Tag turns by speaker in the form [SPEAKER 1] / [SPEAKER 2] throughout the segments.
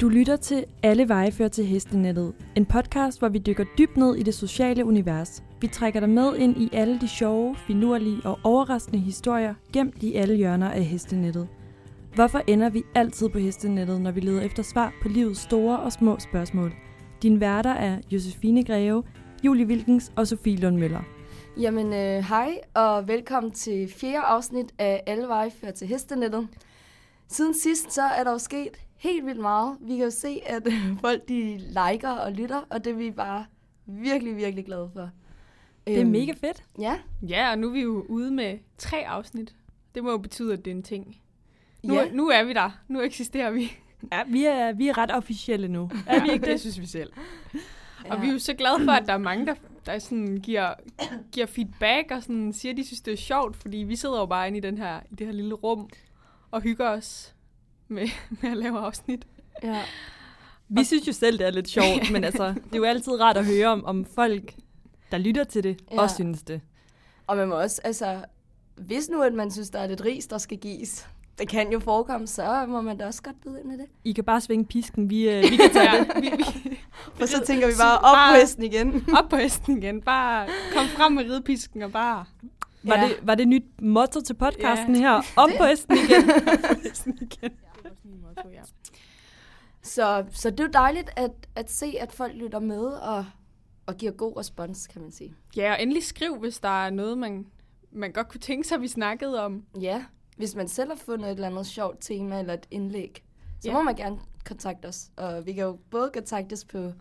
[SPEAKER 1] Du lytter til Alle veje fører til Hestenettet, en podcast, hvor vi dykker dybt ned i det sociale univers. Vi trækker dig med ind i alle de sjove, finurlige og overraskende historier gemt i alle hjørner af hestenettet. Hvorfor ender vi altid på hestenettet, når vi leder efter svar på livets store og små spørgsmål? Din værter er Josefine Greve, Julie Wilkens og Sofie Lund Møller.
[SPEAKER 2] Jamen, øh, hej og velkommen til fjerde afsnit af Alle veje fører til hestenettet. Siden sidst, så er der jo sket helt vildt meget. Vi kan jo se, at øh, folk de liker og lytter, og det er vi bare virkelig, virkelig glade for.
[SPEAKER 1] Det er
[SPEAKER 2] Øhm.
[SPEAKER 1] mega fedt.
[SPEAKER 2] Ja,
[SPEAKER 3] Ja, og nu er vi jo ude med tre afsnit. Det må jo betyde, at det er en ting. Nu,
[SPEAKER 2] ja.
[SPEAKER 3] ja. nu er vi der. Nu eksisterer vi.
[SPEAKER 1] Ja, vi er, vi er ret officielle nu.
[SPEAKER 3] Er vi ikke det? Det synes vi selv. Ja. Og vi er jo så glade for, at der er mange, der, der sådan giver, giver feedback og sådan siger, at de synes, det er sjovt, fordi vi sidder jo bare inde i, den her, i det her lille rum og hygger os med, med at lave afsnit.
[SPEAKER 2] ja.
[SPEAKER 1] Vi synes jo selv, det er lidt sjovt, men altså, det er jo altid rart at høre om, om folk, der lytter til det, ja.
[SPEAKER 2] Ja.
[SPEAKER 1] også synes det.
[SPEAKER 2] Og man må også, altså, hvis nu, at man synes, der er lidt ris, der skal gives, det kan jo forekomme, så må man da også godt byde ind i det.
[SPEAKER 1] I kan bare svinge pisken, vi, øh, vi kan tage det.
[SPEAKER 3] vi, vi,
[SPEAKER 2] Og så tænker vi
[SPEAKER 3] Så
[SPEAKER 2] bare op
[SPEAKER 3] bare-
[SPEAKER 2] på hesten igen.
[SPEAKER 3] op på hesten igen. Bare kom frem med ridepisken og bare
[SPEAKER 1] Var,
[SPEAKER 2] Ja.
[SPEAKER 1] det, var det nyt motto til podcasten
[SPEAKER 3] Ja.
[SPEAKER 1] her? Op på hesten igen.
[SPEAKER 3] på hesten igen. Ja.
[SPEAKER 2] Så, så det er jo dejligt at, at se, at folk lytter med og, og giver god respons, kan man sige.
[SPEAKER 3] Ja, og endelig skriv, hvis der er noget, man, man godt kunne tænke sig, vi snakkede om.
[SPEAKER 2] Ja, hvis man selv har fundet et eller andet sjovt tema eller et indlæg, så
[SPEAKER 3] Ja.
[SPEAKER 2] må man gerne kontakte os. Og vi kan jo både kontaktes på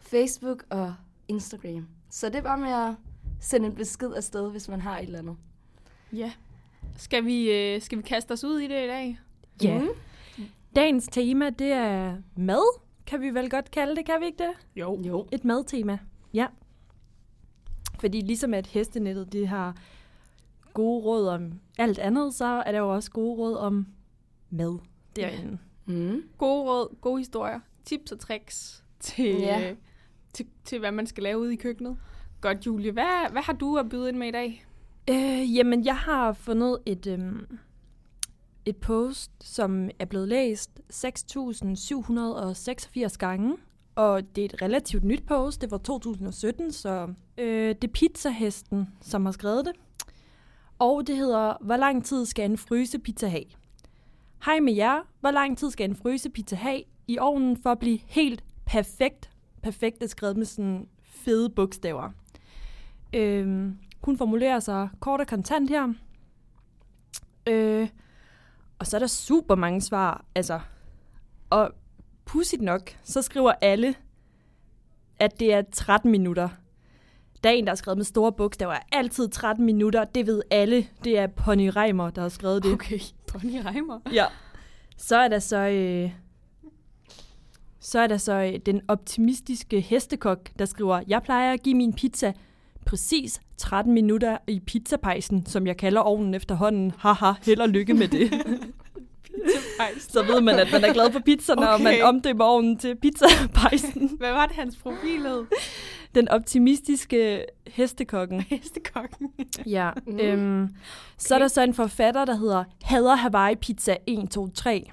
[SPEAKER 2] Facebook og Instagram. Så det er bare med at sende en besked afsted, hvis man har et eller andet.
[SPEAKER 3] Ja. Skal vi, øh, skal vi kaste os ud i det i dag?
[SPEAKER 1] Ja. Mm.
[SPEAKER 2] Mm.
[SPEAKER 1] Dagens tema, det er mad, kan vi vel godt kalde det, kan vi ikke det?
[SPEAKER 3] Jo.
[SPEAKER 2] Jo.
[SPEAKER 1] Et madtema, ja. Fordi ligesom at hestenettet, det har gode råd om alt andet, så er der jo også gode råd om mad derinde.
[SPEAKER 2] Mm.
[SPEAKER 3] Gode råd, gode historier, tips og tricks til,
[SPEAKER 2] Ja.
[SPEAKER 3] ja. til, til hvad man skal lave ude i køkkenet. Godt, Julie. Hvad, hvad har du at byde ind med i dag?
[SPEAKER 1] Øh, jamen, jeg har fundet et, øhm, et post, som er blevet læst 6.786 gange. Og det er et relativt nyt post, det var 2017, så øh, det er pizzahesten, som har skrevet det. Og det hedder, hvor lang tid skal en frysepizza have? Hej med jer, hvor lang tid skal en frysepizza have i ovnen for at blive helt perfekt? Perfekt er skrevet med sådan fede bogstaver. Øh, hun formulerer sig kort og kontant her. Øh, og så er der super mange svar, altså. Og pudsigt nok, så skriver alle, at det er 13 minutter. Der er en, der har skrevet med store bogstaver, altid 13 minutter, det ved alle. Det er Pony Reimer, der har skrevet det.
[SPEAKER 3] Okay, Bonnie Reimer.
[SPEAKER 1] Ja. Så er der så... Øh, så er der så øh, den optimistiske hestekok, der skriver, jeg plejer at give min pizza præcis 13 minutter i pizzapejsen, som jeg kalder ovnen efterhånden. Haha, held og lykke med det.
[SPEAKER 3] Ej,
[SPEAKER 1] så ved man, at man er glad for pizza, når okay. man
[SPEAKER 3] Okay.
[SPEAKER 1] omdøber ovnen til pizzapejsen.
[SPEAKER 3] Hvad var det, hans profil hed?
[SPEAKER 1] Den optimistiske hestekokken.
[SPEAKER 3] Hestekokken.
[SPEAKER 1] Ja. Mm. Øhm, så er der så en forfatter, der hedder Hader Hawaii Pizza 1, 2, 3.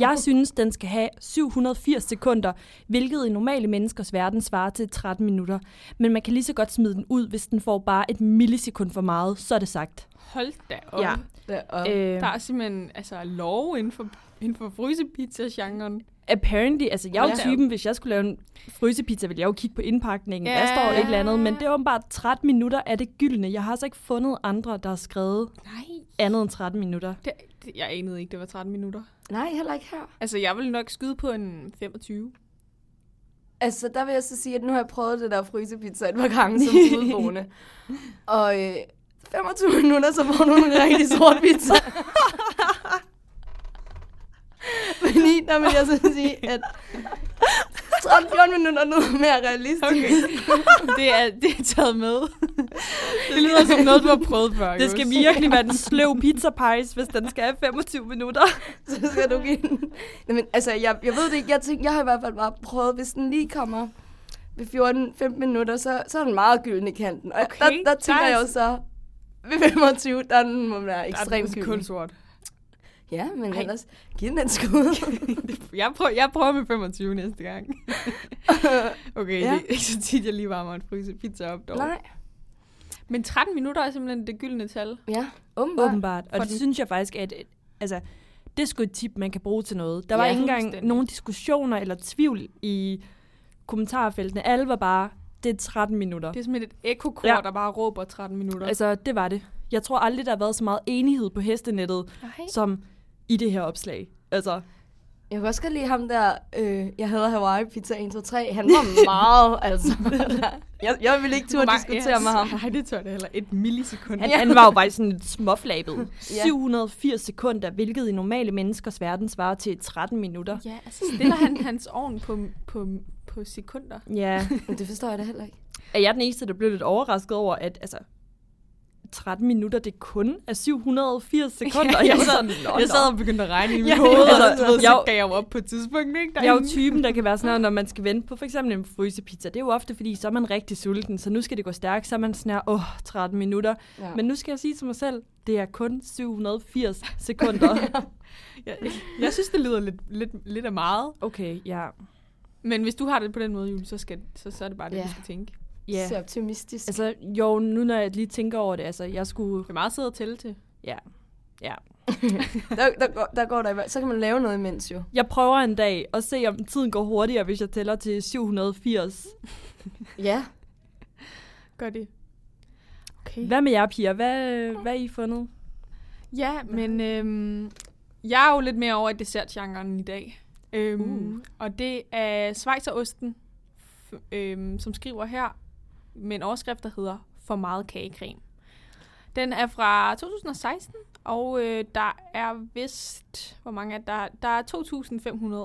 [SPEAKER 1] Jeg synes, den skal have 780 sekunder, hvilket i normale menneskers verden svarer til 13 minutter. Men man kan lige så godt smide den ud, hvis den får bare et millisekund for meget, så er det sagt.
[SPEAKER 3] Hold da op.
[SPEAKER 1] Ja.
[SPEAKER 3] Ja.
[SPEAKER 2] Deroppe.
[SPEAKER 1] Øh,
[SPEAKER 3] Der er simpelthen altså, lov inden for, inden for frysepizza-genren.
[SPEAKER 1] apparently, altså jeg er jo
[SPEAKER 3] Ja.
[SPEAKER 1] typen, hvis jeg skulle lave en frysepizza, ville jeg jo kigge på indpakningen. Yeah. Der
[SPEAKER 3] Ja.
[SPEAKER 1] står et eller andet, men det er åbenbart 13 minutter er det gyldne. Jeg har altså ikke fundet andre, der har skrevet
[SPEAKER 3] Nej.
[SPEAKER 1] andet end 13 minutter.
[SPEAKER 3] Det, det, jeg anede ikke, det var 13 minutter.
[SPEAKER 2] Nej, heller ikke her.
[SPEAKER 3] Altså, jeg vil nok skyde på en 25.
[SPEAKER 2] Altså, der vil jeg så sige, at nu har jeg prøvet det der frysepizza et par gange som udboende. Og øh, 25 minutter, så får du en rigtig sort pizza. Fordi der vil jeg så sige, at 13-14 minutter er noget mere realistisk.
[SPEAKER 3] Okay. det, er, det er taget med. det lyder som noget, du har prøvet før.
[SPEAKER 1] Det skal virkelig være en sløv pizzapejs, hvis den skal have 25 minutter.
[SPEAKER 2] Så skal du give den. Nå, men, altså, jeg, jeg ved det ikke. Jeg, tænker, jeg har i hvert fald bare prøvet, hvis den lige kommer ved 14-15 minutter, så, så er den meget gylden i kanten. Og
[SPEAKER 3] Okay,
[SPEAKER 2] okay, der, der
[SPEAKER 3] der
[SPEAKER 2] tænker
[SPEAKER 3] er
[SPEAKER 2] jeg jo
[SPEAKER 3] altså-
[SPEAKER 2] så, ved 25, der er den altså må være
[SPEAKER 3] ekstremt
[SPEAKER 2] ekstremt
[SPEAKER 3] kun
[SPEAKER 2] gylden.
[SPEAKER 3] sort.
[SPEAKER 2] Ja, men
[SPEAKER 3] Ej.
[SPEAKER 2] Ej. ellers, giv den en skud.
[SPEAKER 3] Jeg prøver, jeg prøver med 25 næste gang. Okay, ja.
[SPEAKER 2] Ja.
[SPEAKER 3] det er ikke så tit, jeg lige varmer en frysepizza op dog.
[SPEAKER 2] Nej,
[SPEAKER 3] Men 13 minutter er simpelthen det gyldne tal.
[SPEAKER 2] ja, åbenbart.
[SPEAKER 1] Åbenbart. Og
[SPEAKER 3] For
[SPEAKER 1] det
[SPEAKER 3] den-
[SPEAKER 1] synes jeg faktisk, at øh, altså, det er sgu et tip, man kan bruge til noget. Der var
[SPEAKER 3] Ja,
[SPEAKER 1] ikke engang
[SPEAKER 3] fuldstændig.
[SPEAKER 1] nogen diskussioner eller tvivl i kommentarfeltene. Alle var bare, det er 13 minutter.
[SPEAKER 3] Det er simpelthen et ekokor, ja.
[SPEAKER 1] Ja.
[SPEAKER 3] der bare råber 13 minutter.
[SPEAKER 1] Altså, det var det. Jeg tror aldrig, der har været så meget enighed på hestenettet,
[SPEAKER 3] Nej.
[SPEAKER 1] som i det her opslag. Altså,
[SPEAKER 2] Jeg kan også godt lide ham der, øh, jeg hader Hawaii Pizza 1, 2, 3. Han var meget, altså. jeg, jeg ville ikke turde diskutere med ham.
[SPEAKER 3] Nej, det tør det heller. Et millisekund.
[SPEAKER 1] han,
[SPEAKER 3] Ja.
[SPEAKER 1] han var jo bare sådan lidt småflabet.
[SPEAKER 2] Ja.
[SPEAKER 1] 780 sekunder, hvilket i normale menneskers verden svarer til 13 minutter.
[SPEAKER 3] ja, altså stiller han hans ovn på, på, på sekunder.
[SPEAKER 1] Ja.
[SPEAKER 2] Men det forstår jeg da heller ikke.
[SPEAKER 1] Er jeg den eneste, der blev lidt overrasket over, at altså, 13 minutter, det kun er 780 sekunder?
[SPEAKER 3] Ja,
[SPEAKER 1] og jeg,
[SPEAKER 3] jeg
[SPEAKER 1] var
[SPEAKER 3] sad-
[SPEAKER 1] sådan, "Nå,
[SPEAKER 3] Jeg
[SPEAKER 1] nå."
[SPEAKER 3] sad og begyndte at regne i mit
[SPEAKER 1] Ja,
[SPEAKER 3] hoved,
[SPEAKER 1] altså,
[SPEAKER 3] og så, du ved, så
[SPEAKER 1] jeg-
[SPEAKER 3] gav jeg jo op på et tidspunkt, ikke?
[SPEAKER 1] Jeg er jo
[SPEAKER 3] derinde?
[SPEAKER 1] typen, der kan være sådan noget, når man skal vente på for eksempel en frysepizza. Det er jo ofte, fordi så er man rigtig sulten, så nu skal det gå stærkt, så er man sådan her, åh, 13 minutter.
[SPEAKER 2] Ja.
[SPEAKER 1] Men nu skal jeg sige til mig selv, det er kun 780 sekunder.
[SPEAKER 3] jeg, jeg synes, det lyder lidt, lidt, lidt af meget.
[SPEAKER 1] Okay, ja.
[SPEAKER 3] Men hvis du har det på den måde, Jul, så, skal, så, så er det bare det,
[SPEAKER 2] Ja.
[SPEAKER 3] du skal tænke.
[SPEAKER 1] ja.
[SPEAKER 2] Så optimistisk. Altså,
[SPEAKER 1] Altså, jo, nu når jeg lige tænker over det, altså, jeg skulle...
[SPEAKER 3] Det er meget at sidde og tælle til.
[SPEAKER 1] Ja. ja.
[SPEAKER 2] der, der, går, der går der i hvert Så kan man lave noget imens jo.
[SPEAKER 1] Jeg prøver en dag at se, om tiden går hurtigere, hvis jeg tæller til 780.
[SPEAKER 2] Ja.
[SPEAKER 3] Gør det. Okay.
[SPEAKER 1] Hvad med jer, piger? Hvad, hvad har I fundet?
[SPEAKER 3] Ja, men øhm, jeg er jo lidt mere over i dessertgenren i dag. Øhm,
[SPEAKER 1] Uh.
[SPEAKER 3] Og det er Schweizerosten, f- øhm, som skriver her med en overskrift, der hedder For meget kagecreme. Den er fra 2016, og øh, der er vist, hvor mange er der? Der er 2.527,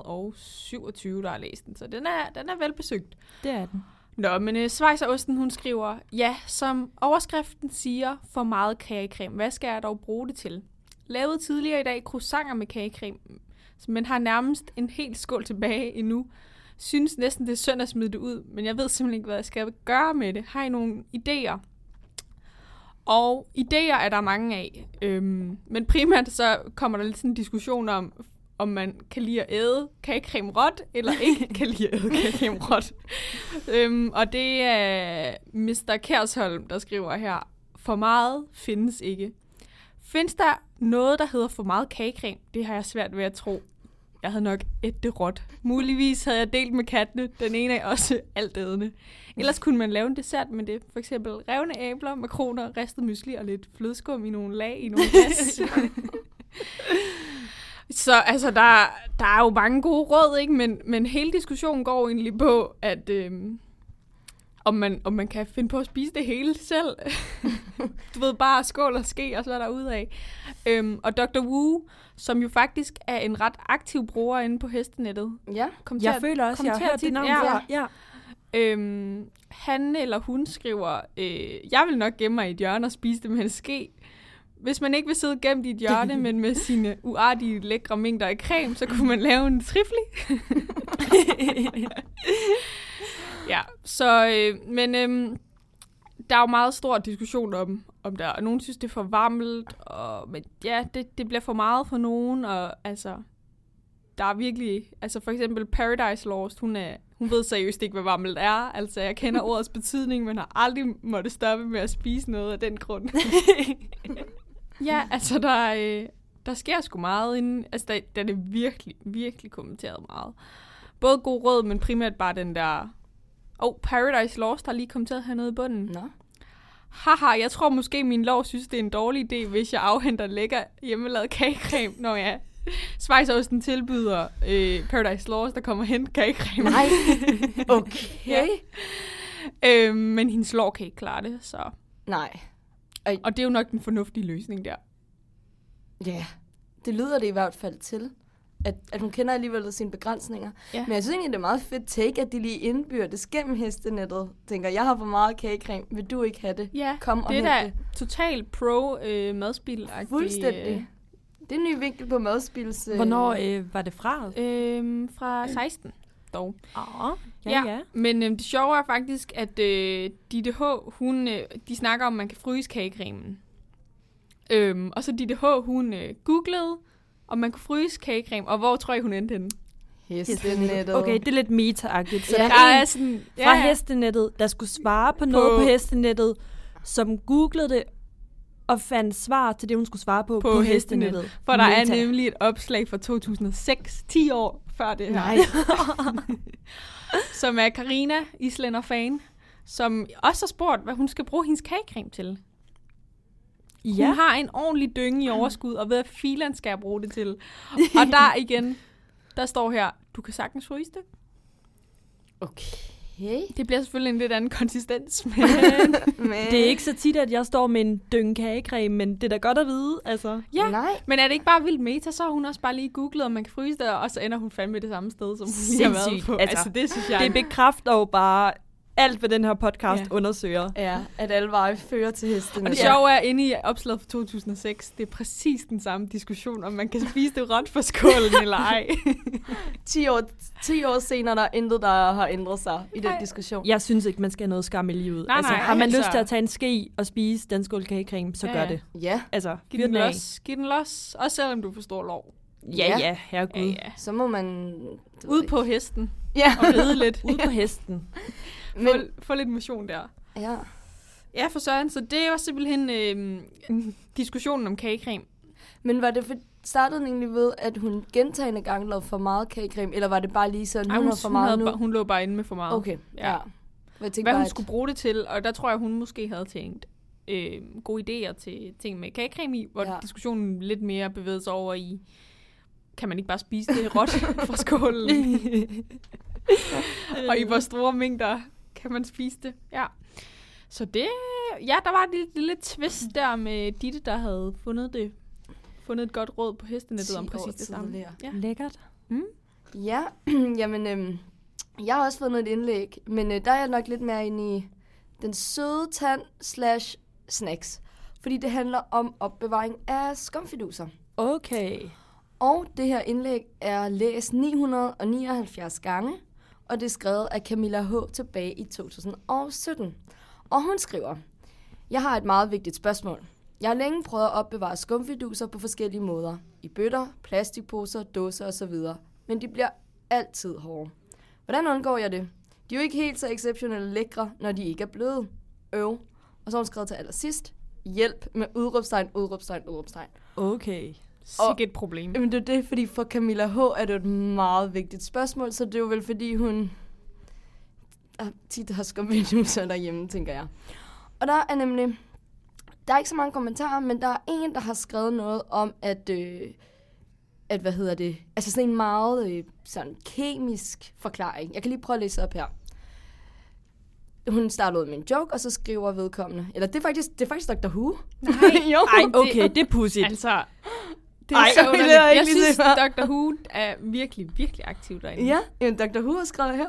[SPEAKER 3] der har læst den, så den er, den er velbesøgt.
[SPEAKER 1] Det er den.
[SPEAKER 3] Nå, men øh, Schweizerosten, hun skriver, ja, som overskriften siger, for meget kagecreme. Hvad skal jeg dog bruge det til? Lavede tidligere i dag croissanter med kagecreme, men har nærmest en hel skål tilbage endnu. Synes næsten, det er synd at smide det ud, men jeg ved simpelthen ikke, hvad jeg skal gøre med det. Har I nogle idéer? Og idéer er der mange af. Øhm, men primært så kommer der lidt sådan en diskussion om, om man kan lide at æde kagecreme råt, eller ikke kan lide at æde kagecreme råt. øhm, og det er Mr. Kærsholm, der skriver her, for meget findes ikke. Findes der noget, der hedder for meget kagecreme? Det har jeg svært ved at tro. Jeg havde nok et det råt. Muligvis havde jeg delt med kattene. Den ene er også altædende. Ellers kunne man lave en dessert med det. For eksempel revne æbler, makroner, ristet mysli og lidt flødeskum i nogle lag i nogle glas. Så altså, der, der er jo mange gode råd, ikke? Men, men hele diskussionen går egentlig på, at øhm, om, man, om man kan finde på at spise det hele selv. du ved, bare skål og ske, og så er der ud af. Øhm, og Dr. Wu, som jo faktisk er en ret aktiv bruger inde på hestenettet,
[SPEAKER 2] Ja.
[SPEAKER 3] kom til
[SPEAKER 1] Jeg
[SPEAKER 3] at,
[SPEAKER 1] føler også,
[SPEAKER 3] kom
[SPEAKER 1] jeg
[SPEAKER 3] til
[SPEAKER 1] har
[SPEAKER 3] at
[SPEAKER 1] hørt det
[SPEAKER 3] tit-
[SPEAKER 1] navn
[SPEAKER 3] ja.
[SPEAKER 1] før. Ja.
[SPEAKER 3] Øhm, han eller hun skriver, øh, jeg vil nok gemme mig i et hjørne og spise det med en ske. Hvis man ikke vil sidde gemt i et hjørne, men med sine uartige lækre mængder af creme, så kunne man lave en trifli. ja, så, øh, men øh, der er jo meget stor diskussion om, om der, og nogen synes, det er for varmt, og, men ja, det, det bliver for meget for nogen, og altså, der er virkelig, altså for eksempel Paradise Lost, hun, er, hun ved seriøst ikke, hvad vammelt er. Altså, jeg kender ordets betydning, men har aldrig måtte stoppe med at spise noget af den grund. ja, altså der, øh, der sker sgu meget inden, altså der, der er det virkelig, virkelig kommenteret meget. Både god råd, men primært bare den der, oh, Paradise Lost har lige kommenteret hernede i bunden.
[SPEAKER 2] Nå.
[SPEAKER 3] Haha, jeg tror måske, min lov synes, det er en dårlig idé, hvis jeg afhenter lækker hjemmelavet kagecreme, når jeg Schweizerosten tilbyder øh, Paradise Lost, der kommer hen kagecreme.
[SPEAKER 2] Nej. Okay.
[SPEAKER 3] Øh, men hendes lår kan ikke klare det, så...
[SPEAKER 2] Nej.
[SPEAKER 3] Og det er jo nok den fornuftige løsning der.
[SPEAKER 2] Ja. Yeah. Det lyder det i hvert fald til. At, at hun kender alligevel sine begrænsninger.
[SPEAKER 3] Ja.
[SPEAKER 2] Men jeg synes egentlig, det er meget fedt take, at de lige indbyrdes gennem hestenettet. Tænker, jeg har for meget kagecreme, vil du ikke have det?
[SPEAKER 3] Ja,
[SPEAKER 2] Kom og
[SPEAKER 3] det er
[SPEAKER 2] hent
[SPEAKER 3] da totalt pro øh, madspil
[SPEAKER 2] Fuldstændig. Det er en ny vinkel på madspilse.
[SPEAKER 1] Hvornår øh, var det fra?
[SPEAKER 3] Øh, fra 16 dog.
[SPEAKER 1] Oh,
[SPEAKER 3] Men øh, det sjove er faktisk, at øh, Ditte H, hun, øh, de snakker om, at man kan fryse kagecremen. Øhm, og så Ditte H, hun øh, googlede om man kunne fryse kagecreme, og hvor tror jeg, hun endte henne?
[SPEAKER 2] Hestenettet.
[SPEAKER 1] Okay, det er lidt meta-agtigt. Så
[SPEAKER 2] Ja.
[SPEAKER 1] ja.
[SPEAKER 3] Der
[SPEAKER 1] der er
[SPEAKER 3] er
[SPEAKER 1] en
[SPEAKER 3] sådan,
[SPEAKER 1] fra ja. hestenettet, der skulle svare på noget på hestenettet, som googlede det og fandt svar til det, hun skulle svare på på, på hestenettet. hestenettet.
[SPEAKER 3] For der er
[SPEAKER 1] Meta.
[SPEAKER 3] nemlig et opslag fra 2006, 10 år før det her.
[SPEAKER 2] Nej.
[SPEAKER 3] som er Karina Islænder fan, som også har spurgt, hvad hun skal bruge hendes kagecreme til. Ja. Ah.
[SPEAKER 1] Ja,
[SPEAKER 3] øh, Hun har en ordentlig dynge i overskud, og hvad filan skal jeg bruge det til? Og der igen, der står her, du kan sagtens fryse det.
[SPEAKER 2] Okay.
[SPEAKER 3] Det bliver selvfølgelig en lidt anden konsistens, men øh,
[SPEAKER 2] Men...
[SPEAKER 1] det er ikke så tit, at jeg står med en dynge kagecreme, men det er da godt at vide, altså.
[SPEAKER 3] ja.
[SPEAKER 2] Nej.
[SPEAKER 3] Men er det ikke bare vildt meta, så har hun også bare lige googlet, om man kan fryse det, og så ender hun fandme det samme sted, som hun lige har været
[SPEAKER 1] Sindssygt.
[SPEAKER 3] på.
[SPEAKER 1] Altså,
[SPEAKER 3] Altså, altså det synes jeg
[SPEAKER 1] Det bekræfter jo bare alt, hvad den her podcast
[SPEAKER 3] Ja.
[SPEAKER 1] ja. undersøger.
[SPEAKER 2] Ja, at alle veje fører til hestenettet.
[SPEAKER 3] Og det sjove er, inde i opslaget fra 2006, det er præcis den samme diskussion, om man kan spise det råt for skålen eller ej.
[SPEAKER 2] 10 år, 10 år senere, der er intet, der har ændret sig i den
[SPEAKER 3] Ej.
[SPEAKER 2] diskussion.
[SPEAKER 1] Jeg synes ikke, man skal have noget skam i livet.
[SPEAKER 3] Nej,
[SPEAKER 1] altså,
[SPEAKER 3] nej,
[SPEAKER 1] har man
[SPEAKER 3] altså-
[SPEAKER 1] lyst til at tage en ske og spise den skål kagecreme, så
[SPEAKER 3] Ja,
[SPEAKER 1] ja, gør
[SPEAKER 3] ja.
[SPEAKER 1] det.
[SPEAKER 2] Ja,
[SPEAKER 1] Altså,
[SPEAKER 3] Giv
[SPEAKER 1] fyr
[SPEAKER 3] den
[SPEAKER 1] af.
[SPEAKER 3] los, giv den los, også selvom du forstår lov.
[SPEAKER 1] Ja,
[SPEAKER 2] Ja.
[SPEAKER 1] ja, herregud. Ja, ja.
[SPEAKER 2] så må man... det ved
[SPEAKER 3] Ud
[SPEAKER 2] jeg
[SPEAKER 3] på hesten
[SPEAKER 2] ikke. Ja,
[SPEAKER 3] og ride lidt.
[SPEAKER 1] Ude på hesten.
[SPEAKER 2] men...
[SPEAKER 3] Få, få lidt motion der.
[SPEAKER 2] Ja.
[SPEAKER 3] Ja, for søren, så det var simpelthen øh, diskussionen om kagecreme.
[SPEAKER 2] Men var det for, startede den egentlig ved, at hun gentagende gange lavede for meget kagecreme, eller var det bare lige sådan,
[SPEAKER 3] Ej,
[SPEAKER 2] hun,
[SPEAKER 3] hun,
[SPEAKER 2] har for meget
[SPEAKER 3] havde,
[SPEAKER 2] nu?
[SPEAKER 3] ba- hun lå bare inde med for meget.
[SPEAKER 2] Okay,
[SPEAKER 3] Ja.
[SPEAKER 2] ja. Hvor Jeg tænkte
[SPEAKER 3] Hvad
[SPEAKER 2] bare,
[SPEAKER 3] hun
[SPEAKER 2] at-
[SPEAKER 3] skulle bruge det til, og der tror jeg, hun måske havde tænkt øh, gode idéer til ting med kagecreme i, hvor ja.
[SPEAKER 2] Ja.
[SPEAKER 3] diskussionen lidt mere bevægede sig over i, kan man ikke bare spise det råt fra skålen? og i hvor store mængder kan man spise det? Ja. Så det, ja, der var et lille, lille twist der med Ditte, der havde fundet det fundet et godt råd på hestenettet om
[SPEAKER 2] 10 år
[SPEAKER 3] præcis det samme.
[SPEAKER 2] tidligere.
[SPEAKER 3] Ja.
[SPEAKER 1] Lækkert.
[SPEAKER 2] Ja, jamen, øhm, jeg har også fundet et indlæg, men øh, der er jeg nok lidt mere inde i den søde tand slash snacks. Fordi det handler om opbevaring af skumfiduser.
[SPEAKER 1] Okay.
[SPEAKER 2] Og det her indlæg er læst 979 gange, og det er skrevet af Camilla H. tilbage i 2017. Og hun skriver, Jeg har et meget vigtigt spørgsmål. Jeg har længe prøvet at opbevare skumfiduser på forskellige måder. I bøtter, plastikposer, dåser osv. Men de bliver altid hårde. Hvordan undgår jeg det? De er jo ikke helt så exceptionelle lækre, når de ikke er bløde. Øv. Og så har hun skrevet til allersidst, hjælp med udråbstegn, udråbstegn, udråbstegn.
[SPEAKER 1] Okay.
[SPEAKER 3] Sikke et problem.
[SPEAKER 2] Jamen det er det, fordi for Camilla H. er det jo et meget vigtigt spørgsmål, så det er jo vel fordi hun har- tit har skumvinduser derhjemme, tænker jeg. Og der er nemlig, der er ikke så mange kommentarer, men der er en, der har skrevet noget om, at, øh, at hvad hedder det, altså sådan en meget øh, sådan kemisk forklaring. Jeg kan lige prøve at læse op her. Hun starter ud med en joke, og så skriver vedkommende, eller det er faktisk, det er faktisk Dr. Who.
[SPEAKER 3] Nej,
[SPEAKER 2] jo.
[SPEAKER 1] Ej, okay, det er pudsigt.
[SPEAKER 3] Altså, det er
[SPEAKER 2] Ej,
[SPEAKER 3] Ej, så
[SPEAKER 2] det har
[SPEAKER 3] underligt.
[SPEAKER 2] jeg
[SPEAKER 3] Jeg, jeg
[SPEAKER 2] ikke lige
[SPEAKER 3] synes,
[SPEAKER 2] set før.
[SPEAKER 3] Dr. Who er virkelig, virkelig aktiv derinde.
[SPEAKER 2] Ja, jamen, Dr. Who har skrevet her.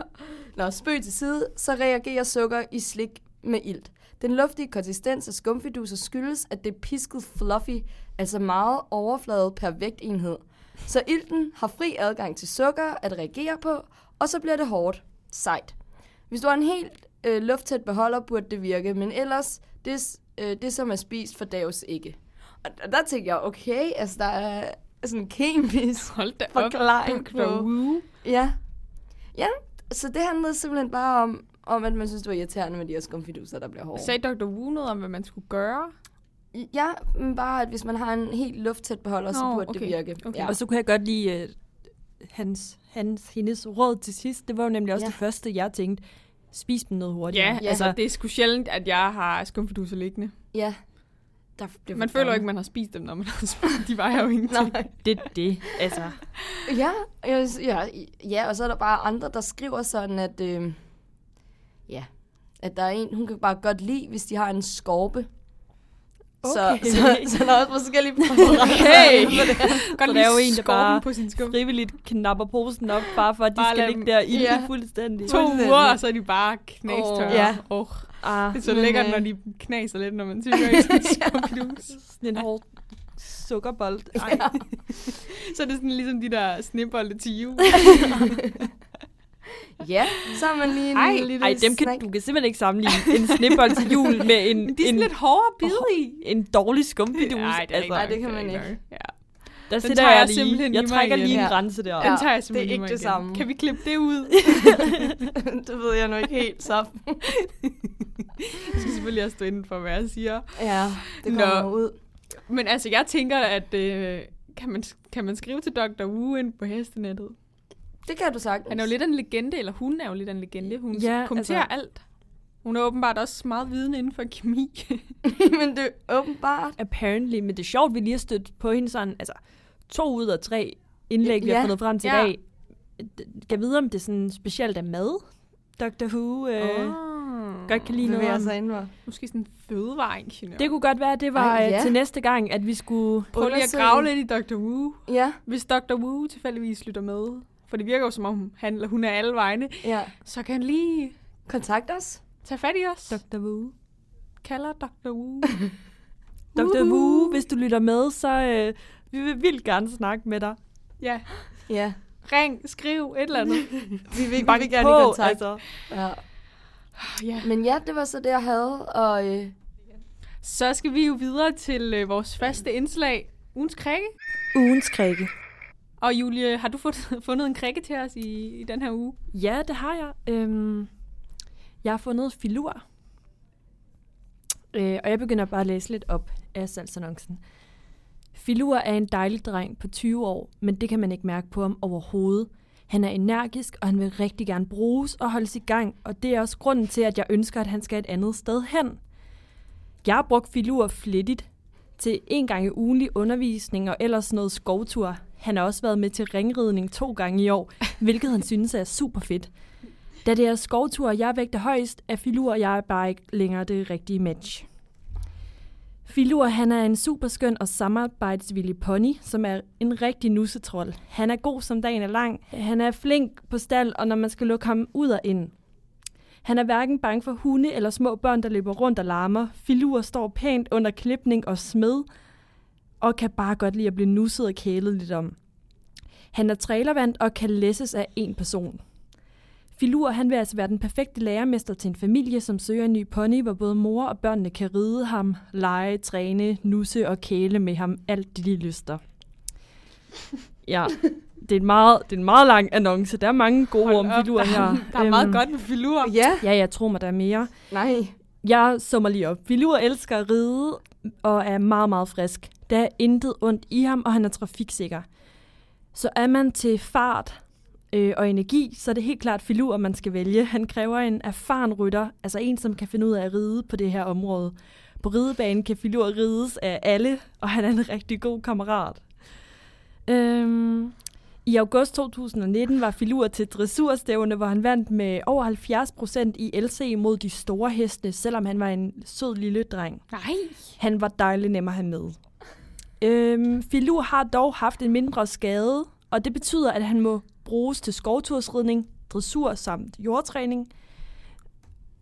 [SPEAKER 2] Når spøg til side, så reagerer sukker i slik med ilt. Den luftige konsistens af skumfiduser skyldes, at det er pisket fluffy, altså meget overflade per vægtenhed. Så ilten har fri adgang til sukker at reagere på, og så bliver det hårdt. Sejt. Hvis du har en helt øh, lufttæt beholder, burde det virke, men ellers, det, s- øh, det som er spist, fordaves ikke. Og der, der tænkte jeg, okay, altså der er sådan en kemisk
[SPEAKER 3] Hold da op.
[SPEAKER 2] forklaring
[SPEAKER 3] Dr.
[SPEAKER 2] på...
[SPEAKER 3] Who.
[SPEAKER 2] Ja. Ja, så det handlede simpelthen bare om, om at man synes, det var irriterende med de her skumfiduser, der bliver hårde.
[SPEAKER 3] Sagde Dr. Wu noget om, hvad man skulle gøre?
[SPEAKER 2] Ja, men bare at hvis man har en helt lufttæt beholder, så
[SPEAKER 3] Nå,
[SPEAKER 2] burde
[SPEAKER 3] okay,
[SPEAKER 2] det virke.
[SPEAKER 3] okay.
[SPEAKER 2] Ja.
[SPEAKER 1] Og så kunne jeg godt lide uh, hans, hans, hendes råd til sidst. Det var jo nemlig også ja.
[SPEAKER 2] Ja.
[SPEAKER 1] det første, jeg tænkte. Spis dem noget hurtigere.
[SPEAKER 3] Ja, ja, altså, det er sgu sjældent, at jeg har skumfiduser liggende.
[SPEAKER 2] ja. Der bliver
[SPEAKER 3] Man
[SPEAKER 2] for
[SPEAKER 3] føler jo
[SPEAKER 2] gammel.
[SPEAKER 3] ikke, man har spist dem, når man har spist. De vejer jo ingenting.
[SPEAKER 2] Nej.
[SPEAKER 1] Det er det, altså.
[SPEAKER 2] Ja, jeg, ja, ja, og så er der bare andre, der skriver sådan, at... Øh, ja, at der er en, hun kan bare godt lide, hvis de har en skorpe.
[SPEAKER 1] Okay.
[SPEAKER 2] Så, så, så der er også forskellige præferencer.
[SPEAKER 3] Godt
[SPEAKER 1] Så
[SPEAKER 3] lige
[SPEAKER 1] der er jo en, der
[SPEAKER 3] skorpen
[SPEAKER 1] bare-
[SPEAKER 3] på sin skum.
[SPEAKER 1] Frivilligt knapper posen op, bare for at de
[SPEAKER 3] Bare
[SPEAKER 1] bare skal
[SPEAKER 3] lad
[SPEAKER 1] ligge
[SPEAKER 3] dem-
[SPEAKER 1] der i ja.
[SPEAKER 2] Ja.
[SPEAKER 1] fuldstændig.
[SPEAKER 3] To uger, og så er de bare knastørre.
[SPEAKER 1] Åh. Ja.
[SPEAKER 3] Oh,
[SPEAKER 1] Ah,
[SPEAKER 3] det er så
[SPEAKER 2] Men,
[SPEAKER 3] lækkert,
[SPEAKER 2] øh,
[SPEAKER 3] når de knaser lidt, når man tykker i sin skumfidus.
[SPEAKER 1] sådan en hård sukkerbold.
[SPEAKER 3] Ej. så er det sådan ligesom de der snibbolde til jul.
[SPEAKER 2] ja, så har man lige en
[SPEAKER 3] Ej,
[SPEAKER 2] lille
[SPEAKER 1] Ej, dem kan,
[SPEAKER 2] snack.
[SPEAKER 1] du kan simpelthen ikke sammenligne en snibbold til jul med en,
[SPEAKER 3] Men de
[SPEAKER 1] en,
[SPEAKER 3] er sådan lidt hårde at bide i.
[SPEAKER 1] en dårlig skumpidus.
[SPEAKER 3] Nej, det er
[SPEAKER 2] altså.
[SPEAKER 3] altså,
[SPEAKER 2] Ej, det kan man
[SPEAKER 3] Ja.
[SPEAKER 1] Der sætter
[SPEAKER 3] tager
[SPEAKER 1] jeg,
[SPEAKER 3] jeg
[SPEAKER 1] lige.
[SPEAKER 3] simpelthen i
[SPEAKER 1] Jeg
[SPEAKER 3] mig
[SPEAKER 1] trækker
[SPEAKER 3] igen.
[SPEAKER 1] lige en
[SPEAKER 2] Ja.
[SPEAKER 1] grænse der.
[SPEAKER 3] Den
[SPEAKER 2] Ja,
[SPEAKER 3] tager
[SPEAKER 2] det
[SPEAKER 3] jeg
[SPEAKER 2] er
[SPEAKER 3] simpelthen i
[SPEAKER 2] ikke
[SPEAKER 3] mig
[SPEAKER 2] det
[SPEAKER 3] igen.
[SPEAKER 2] samme.
[SPEAKER 3] Kan vi klippe det ud?
[SPEAKER 2] det ved jeg nu ikke helt, så.
[SPEAKER 3] Jeg skal selvfølgelig også stå inden for, hvad jeg siger.
[SPEAKER 2] Ja, det
[SPEAKER 3] Nå.
[SPEAKER 2] kommer Nå. ud.
[SPEAKER 3] Men altså, jeg tænker, at øh, kan, man, kan man skrive til Dr. Wu ind på hestenettet?
[SPEAKER 2] Det kan du sagtens.
[SPEAKER 3] Han er jo lidt en legende, eller hun er jo lidt en legende. Hun
[SPEAKER 1] Ja,
[SPEAKER 3] ja, kommenterer
[SPEAKER 1] altså-
[SPEAKER 3] altså... alt. Hun er åbenbart også meget viden inden for kemi.
[SPEAKER 2] Men det er åbenbart.
[SPEAKER 1] Apparently, men det er sjovt, vi lige har stødt på hende sådan, altså to ud af tre indlæg, vi
[SPEAKER 2] Ja.
[SPEAKER 1] har fundet frem til i
[SPEAKER 3] Ja.
[SPEAKER 1] dag. D- Kan vide, om det er sådan specielt af mad, Dr. Who øh, oh.
[SPEAKER 2] Ah.
[SPEAKER 3] oh.
[SPEAKER 1] godt kan lide
[SPEAKER 2] Det vil
[SPEAKER 1] noget
[SPEAKER 2] jeg altså
[SPEAKER 1] om.
[SPEAKER 2] så indre.
[SPEAKER 3] Måske sådan en fødevareingeniør.
[SPEAKER 1] Det kunne godt være, at det var
[SPEAKER 2] Ej,
[SPEAKER 1] Ej, ja.
[SPEAKER 2] ja.
[SPEAKER 1] til næste gang, at vi skulle...
[SPEAKER 3] Prøv lige at
[SPEAKER 2] Undersøge.
[SPEAKER 3] grave lidt i Dr. Wu.
[SPEAKER 2] Ja,
[SPEAKER 3] Hvis Dr. Wu tilfældigvis lytter med, for det virker jo som om han eller hun er alle vegne,
[SPEAKER 2] ja.
[SPEAKER 3] så kan han lige
[SPEAKER 2] Kontakt os.
[SPEAKER 3] tage fat i os.
[SPEAKER 1] Dr. Wu.
[SPEAKER 3] Kalder Dr. Wu.
[SPEAKER 1] Dr. Wu, hvis du lytter med, så øh, vi vil vildt gerne snakke med dig.
[SPEAKER 3] ja,
[SPEAKER 2] Ja.
[SPEAKER 3] ring, skriv, et eller andet.
[SPEAKER 2] Vi vil, vi
[SPEAKER 1] Bank
[SPEAKER 2] vil gerne
[SPEAKER 1] på,
[SPEAKER 2] i kontakt. Altså.
[SPEAKER 1] altså.
[SPEAKER 2] Ja.
[SPEAKER 3] ja.
[SPEAKER 2] Men ja, det var så det, jeg havde. Og øh,
[SPEAKER 3] Så skal vi jo videre til øh, vores faste indslag, ugens krikke.
[SPEAKER 1] Ugens krikke.
[SPEAKER 3] Og Julie, har du fundet, fundet en krikke til os i, i den her uge?
[SPEAKER 1] Ja, det har jeg. Øhm, jeg har fundet filur. Øh, og jeg begynder bare at læse lidt op af salgsannoncen. Filur er en dejlig dreng på 20 år, men det kan man ikke mærke på ham overhovedet. Han er energisk, og han vil rigtig gerne bruges og holdes i gang, og det er også grunden til, at jeg ønsker, at han skal et andet sted hen. Jeg har brugt filur flittigt til en gang i ugenlig undervisning og ellers noget skovtur. Han har også været med til ringridning to gange i år, hvilket han synes er super fedt. Da det er skovtur, jeg vægter højst, er Filur og jeg bare ikke længere det rigtige match. Filur, han er en super skøn og samarbejdsvillig pony, som er en rigtig nussetrol. Han er god, som dagen er lang. Han er flink på stald, og når man skal lukke ham ud og ind. Han er hverken bange for hunde eller små børn, der løber rundt og larmer. Filur står pænt under klipning og smed, og kan bare godt lide at blive nusset og kælet lidt om. Han er trailervand og kan læses af én person. Filur han vil altså være den perfekte lærermester til en familie, som søger en ny pony, hvor både mor og børnene kan ride ham, lege, træne, nusse og kæle med ham, alt det de lyster. Ja, det er en meget, det er en meget lang annonce. Der er mange gode
[SPEAKER 3] Hold
[SPEAKER 1] ord om
[SPEAKER 3] op,
[SPEAKER 1] filur her.
[SPEAKER 3] Der er meget
[SPEAKER 1] Øhm,
[SPEAKER 3] godt med filur.
[SPEAKER 2] ja.
[SPEAKER 1] Ja, jeg tror mig, der er mere.
[SPEAKER 2] Nej.
[SPEAKER 1] Jeg summer lige op. Filur elsker at ride og er meget, meget frisk. Der er intet ondt i ham, og han er trafiksikker. Så er man til fart øh, og energi, så er det helt klart Filur, man skal vælge. Han kræver en erfaren rytter, altså en, som kan finde ud af at ride på det her område. På ridebanen kan Filur rides af alle, og han er en rigtig god kammerat. Øhm, I august 2019 var Filur til dressurstævne, hvor han vandt med over 70 procent i LC mod de store heste, selvom han var en sød lille dreng.
[SPEAKER 3] Nej.
[SPEAKER 1] Han var dejlig nem at have med. Øhm, Filur har dog haft en mindre skade, og det betyder, at han må bruges til skovtursridning, dressur samt jordtræning.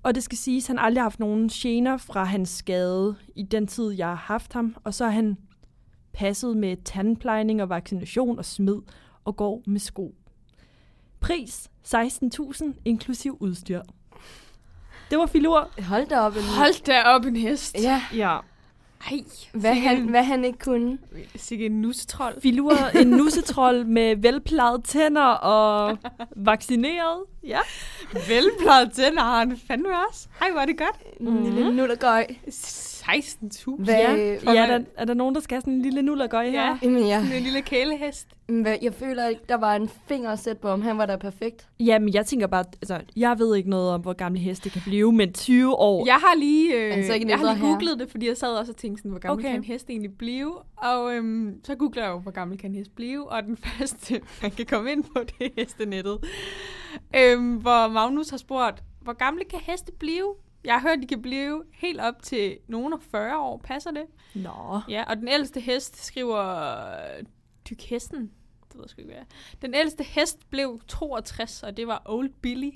[SPEAKER 1] Og det skal siges, at han aldrig har haft nogen gener fra hans skade i den tid, jeg har haft ham. Og så har han passet med tandplejning og vaccination og smid og går med sko. Pris 16.000 inklusiv udstyr. Det var Filur.
[SPEAKER 2] Hold da op. Emil.
[SPEAKER 3] Hold da op en hest.
[SPEAKER 2] Ja.
[SPEAKER 1] Ja.
[SPEAKER 3] Ej,
[SPEAKER 2] Hvad han, hvad han ikke kunne.
[SPEAKER 3] sikke en nussetrold.
[SPEAKER 1] Filur, en nussetrol med velplejede tænder og vaccineret. Ja.
[SPEAKER 3] Velplejet tænder har han fandme også. Ej, hvor er det godt.
[SPEAKER 2] En lille nuttergøj.
[SPEAKER 3] 16.000.
[SPEAKER 2] Hvad,
[SPEAKER 1] ja.
[SPEAKER 2] øh,
[SPEAKER 1] ja er, der, er der nogen, der skal have sådan en lille nullergøj her?
[SPEAKER 3] Ja.
[SPEAKER 2] Jamen, ja.
[SPEAKER 3] Sådan en lille kælehest.
[SPEAKER 2] Hvad, jeg føler ikke, der var en finger at sætte på ham. Han var da perfekt.
[SPEAKER 1] Jamen, jeg tænker bare, altså, jeg ved ikke noget om, hvor gamle heste kan blive, men 20 år.
[SPEAKER 3] Jeg har lige, øh,
[SPEAKER 2] Altså ikke en
[SPEAKER 3] jeg har
[SPEAKER 2] ældre
[SPEAKER 3] lige
[SPEAKER 2] herre.
[SPEAKER 3] googlet det, fordi jeg sad også og tænkte sådan, hvor gammel
[SPEAKER 1] Okay.
[SPEAKER 3] okay. kan en hest egentlig blive? Og øhm, så googler jeg jo, hvor gammel kan en hest blive? Og den første, man kan komme ind på, det er hestenettet. Øhm, hvor Magnus har spurgt, hvor gamle kan heste blive? Jeg har hørt, de kan blive helt op til nogen af 40 år. Passer det?
[SPEAKER 1] Nå.
[SPEAKER 3] Ja, og den ældste hest skriver... Dyk hesten. Det ved jeg sgu ikke, hvad er. Den ældste hest blev 62, og det var Old Billy.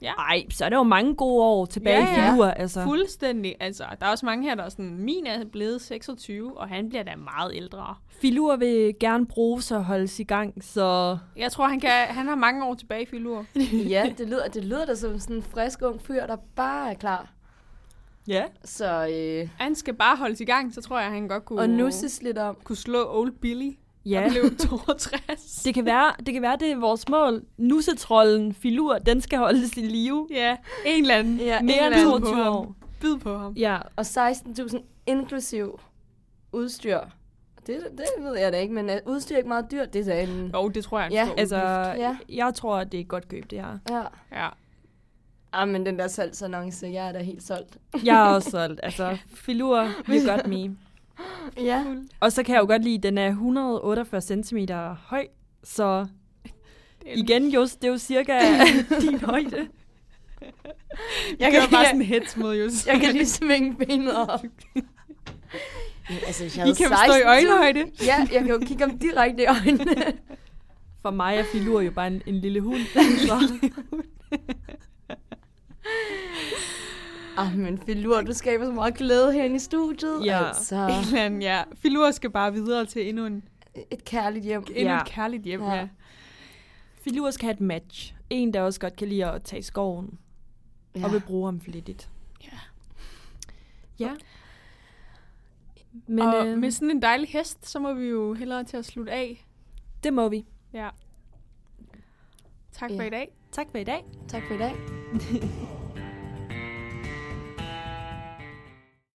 [SPEAKER 1] Ej, så er der jo mange gode år tilbage
[SPEAKER 3] Ja,
[SPEAKER 1] i
[SPEAKER 3] ja.
[SPEAKER 1] Filur, altså.
[SPEAKER 3] Fuldstændig. Altså, der er også mange her, der er sådan, min er blevet 26, og han bliver da meget ældre.
[SPEAKER 1] Filur vil gerne bruge sig og holdes i gang, så...
[SPEAKER 3] Jeg tror, han, kan, han har mange år tilbage i filur.
[SPEAKER 2] Ja, det lyder, det lyder da som sådan en frisk ung fyr, der bare er klar.
[SPEAKER 1] Ja.
[SPEAKER 2] Så, øh,
[SPEAKER 3] Han skal bare holdes i gang, så tror jeg, han godt kunne,
[SPEAKER 2] og nusses lidt om.
[SPEAKER 3] kunne slå Old Billy. Ja.
[SPEAKER 1] Ja.
[SPEAKER 3] Han blev 62.
[SPEAKER 1] Det kan, være, det kan være, det er vores mål. Nussetrollen, filur, den skal holdes i live.
[SPEAKER 3] ja, en eller anden.
[SPEAKER 2] Ja, en
[SPEAKER 1] Mere
[SPEAKER 2] eller
[SPEAKER 1] end
[SPEAKER 2] anden
[SPEAKER 3] på
[SPEAKER 1] 22
[SPEAKER 3] ham.
[SPEAKER 1] år.
[SPEAKER 3] Bid på ham.
[SPEAKER 1] Ja,
[SPEAKER 2] Og 16.000 inklusiv udstyr. Det, det ved jeg da ikke, men øh, udstyr er ikke meget dyrt, det er da en...
[SPEAKER 3] Jo, det tror jeg, han
[SPEAKER 2] Ja,
[SPEAKER 3] står ud.
[SPEAKER 1] altså,
[SPEAKER 2] Ja.
[SPEAKER 1] jeg tror, at det er et godt køb, det her.
[SPEAKER 2] Ja.
[SPEAKER 3] Ja.
[SPEAKER 2] Ah, men den der salgsannonce, jeg er da helt solgt.
[SPEAKER 1] Jeg er også solgt. Altså, filur, you got me.
[SPEAKER 2] Ja.
[SPEAKER 1] Og så kan jeg jo godt lide, at den er 148 cm høj. Så
[SPEAKER 3] Det er en-
[SPEAKER 1] igen, Just, det er jo cirka din højde.
[SPEAKER 3] Jeg kan bare sådan hets mod Jus.
[SPEAKER 2] Jeg kan lige svinge benet op. Ja, altså, hvis jeg
[SPEAKER 3] I
[SPEAKER 2] havde
[SPEAKER 3] kan jo stå i
[SPEAKER 2] 16.000
[SPEAKER 3] øjenhøjde.
[SPEAKER 2] Ja, jeg kan jo kigge ham direkte i øjnene.
[SPEAKER 1] For mig er filur jo bare en, en lille hund. Så.
[SPEAKER 2] Ah, men Filur, du skaber så meget glæde herinde i studiet.
[SPEAKER 1] Ja.
[SPEAKER 2] Altså,
[SPEAKER 3] En eller anden, ja. Filur skal bare videre til endnu, en,
[SPEAKER 2] et kærligt hjem.
[SPEAKER 3] endnu
[SPEAKER 1] Ja.
[SPEAKER 3] et kærligt hjem.
[SPEAKER 2] Ja.
[SPEAKER 3] Ja. Ja.
[SPEAKER 1] Filur skal have et match. En, der også godt kan lide at tage i skoven. Ja. Og vil bruge ham flittigt.
[SPEAKER 3] Ja.
[SPEAKER 1] Ja.
[SPEAKER 3] Men,
[SPEAKER 1] Men
[SPEAKER 3] og øh...
[SPEAKER 1] øh,
[SPEAKER 3] med sådan en dejlig hest, så må vi jo hellere til at slutte af.
[SPEAKER 1] det må vi.
[SPEAKER 3] Ja. Tak
[SPEAKER 2] Ja.
[SPEAKER 3] for i dag.
[SPEAKER 1] Tak for i dag.
[SPEAKER 2] Tak for i dag.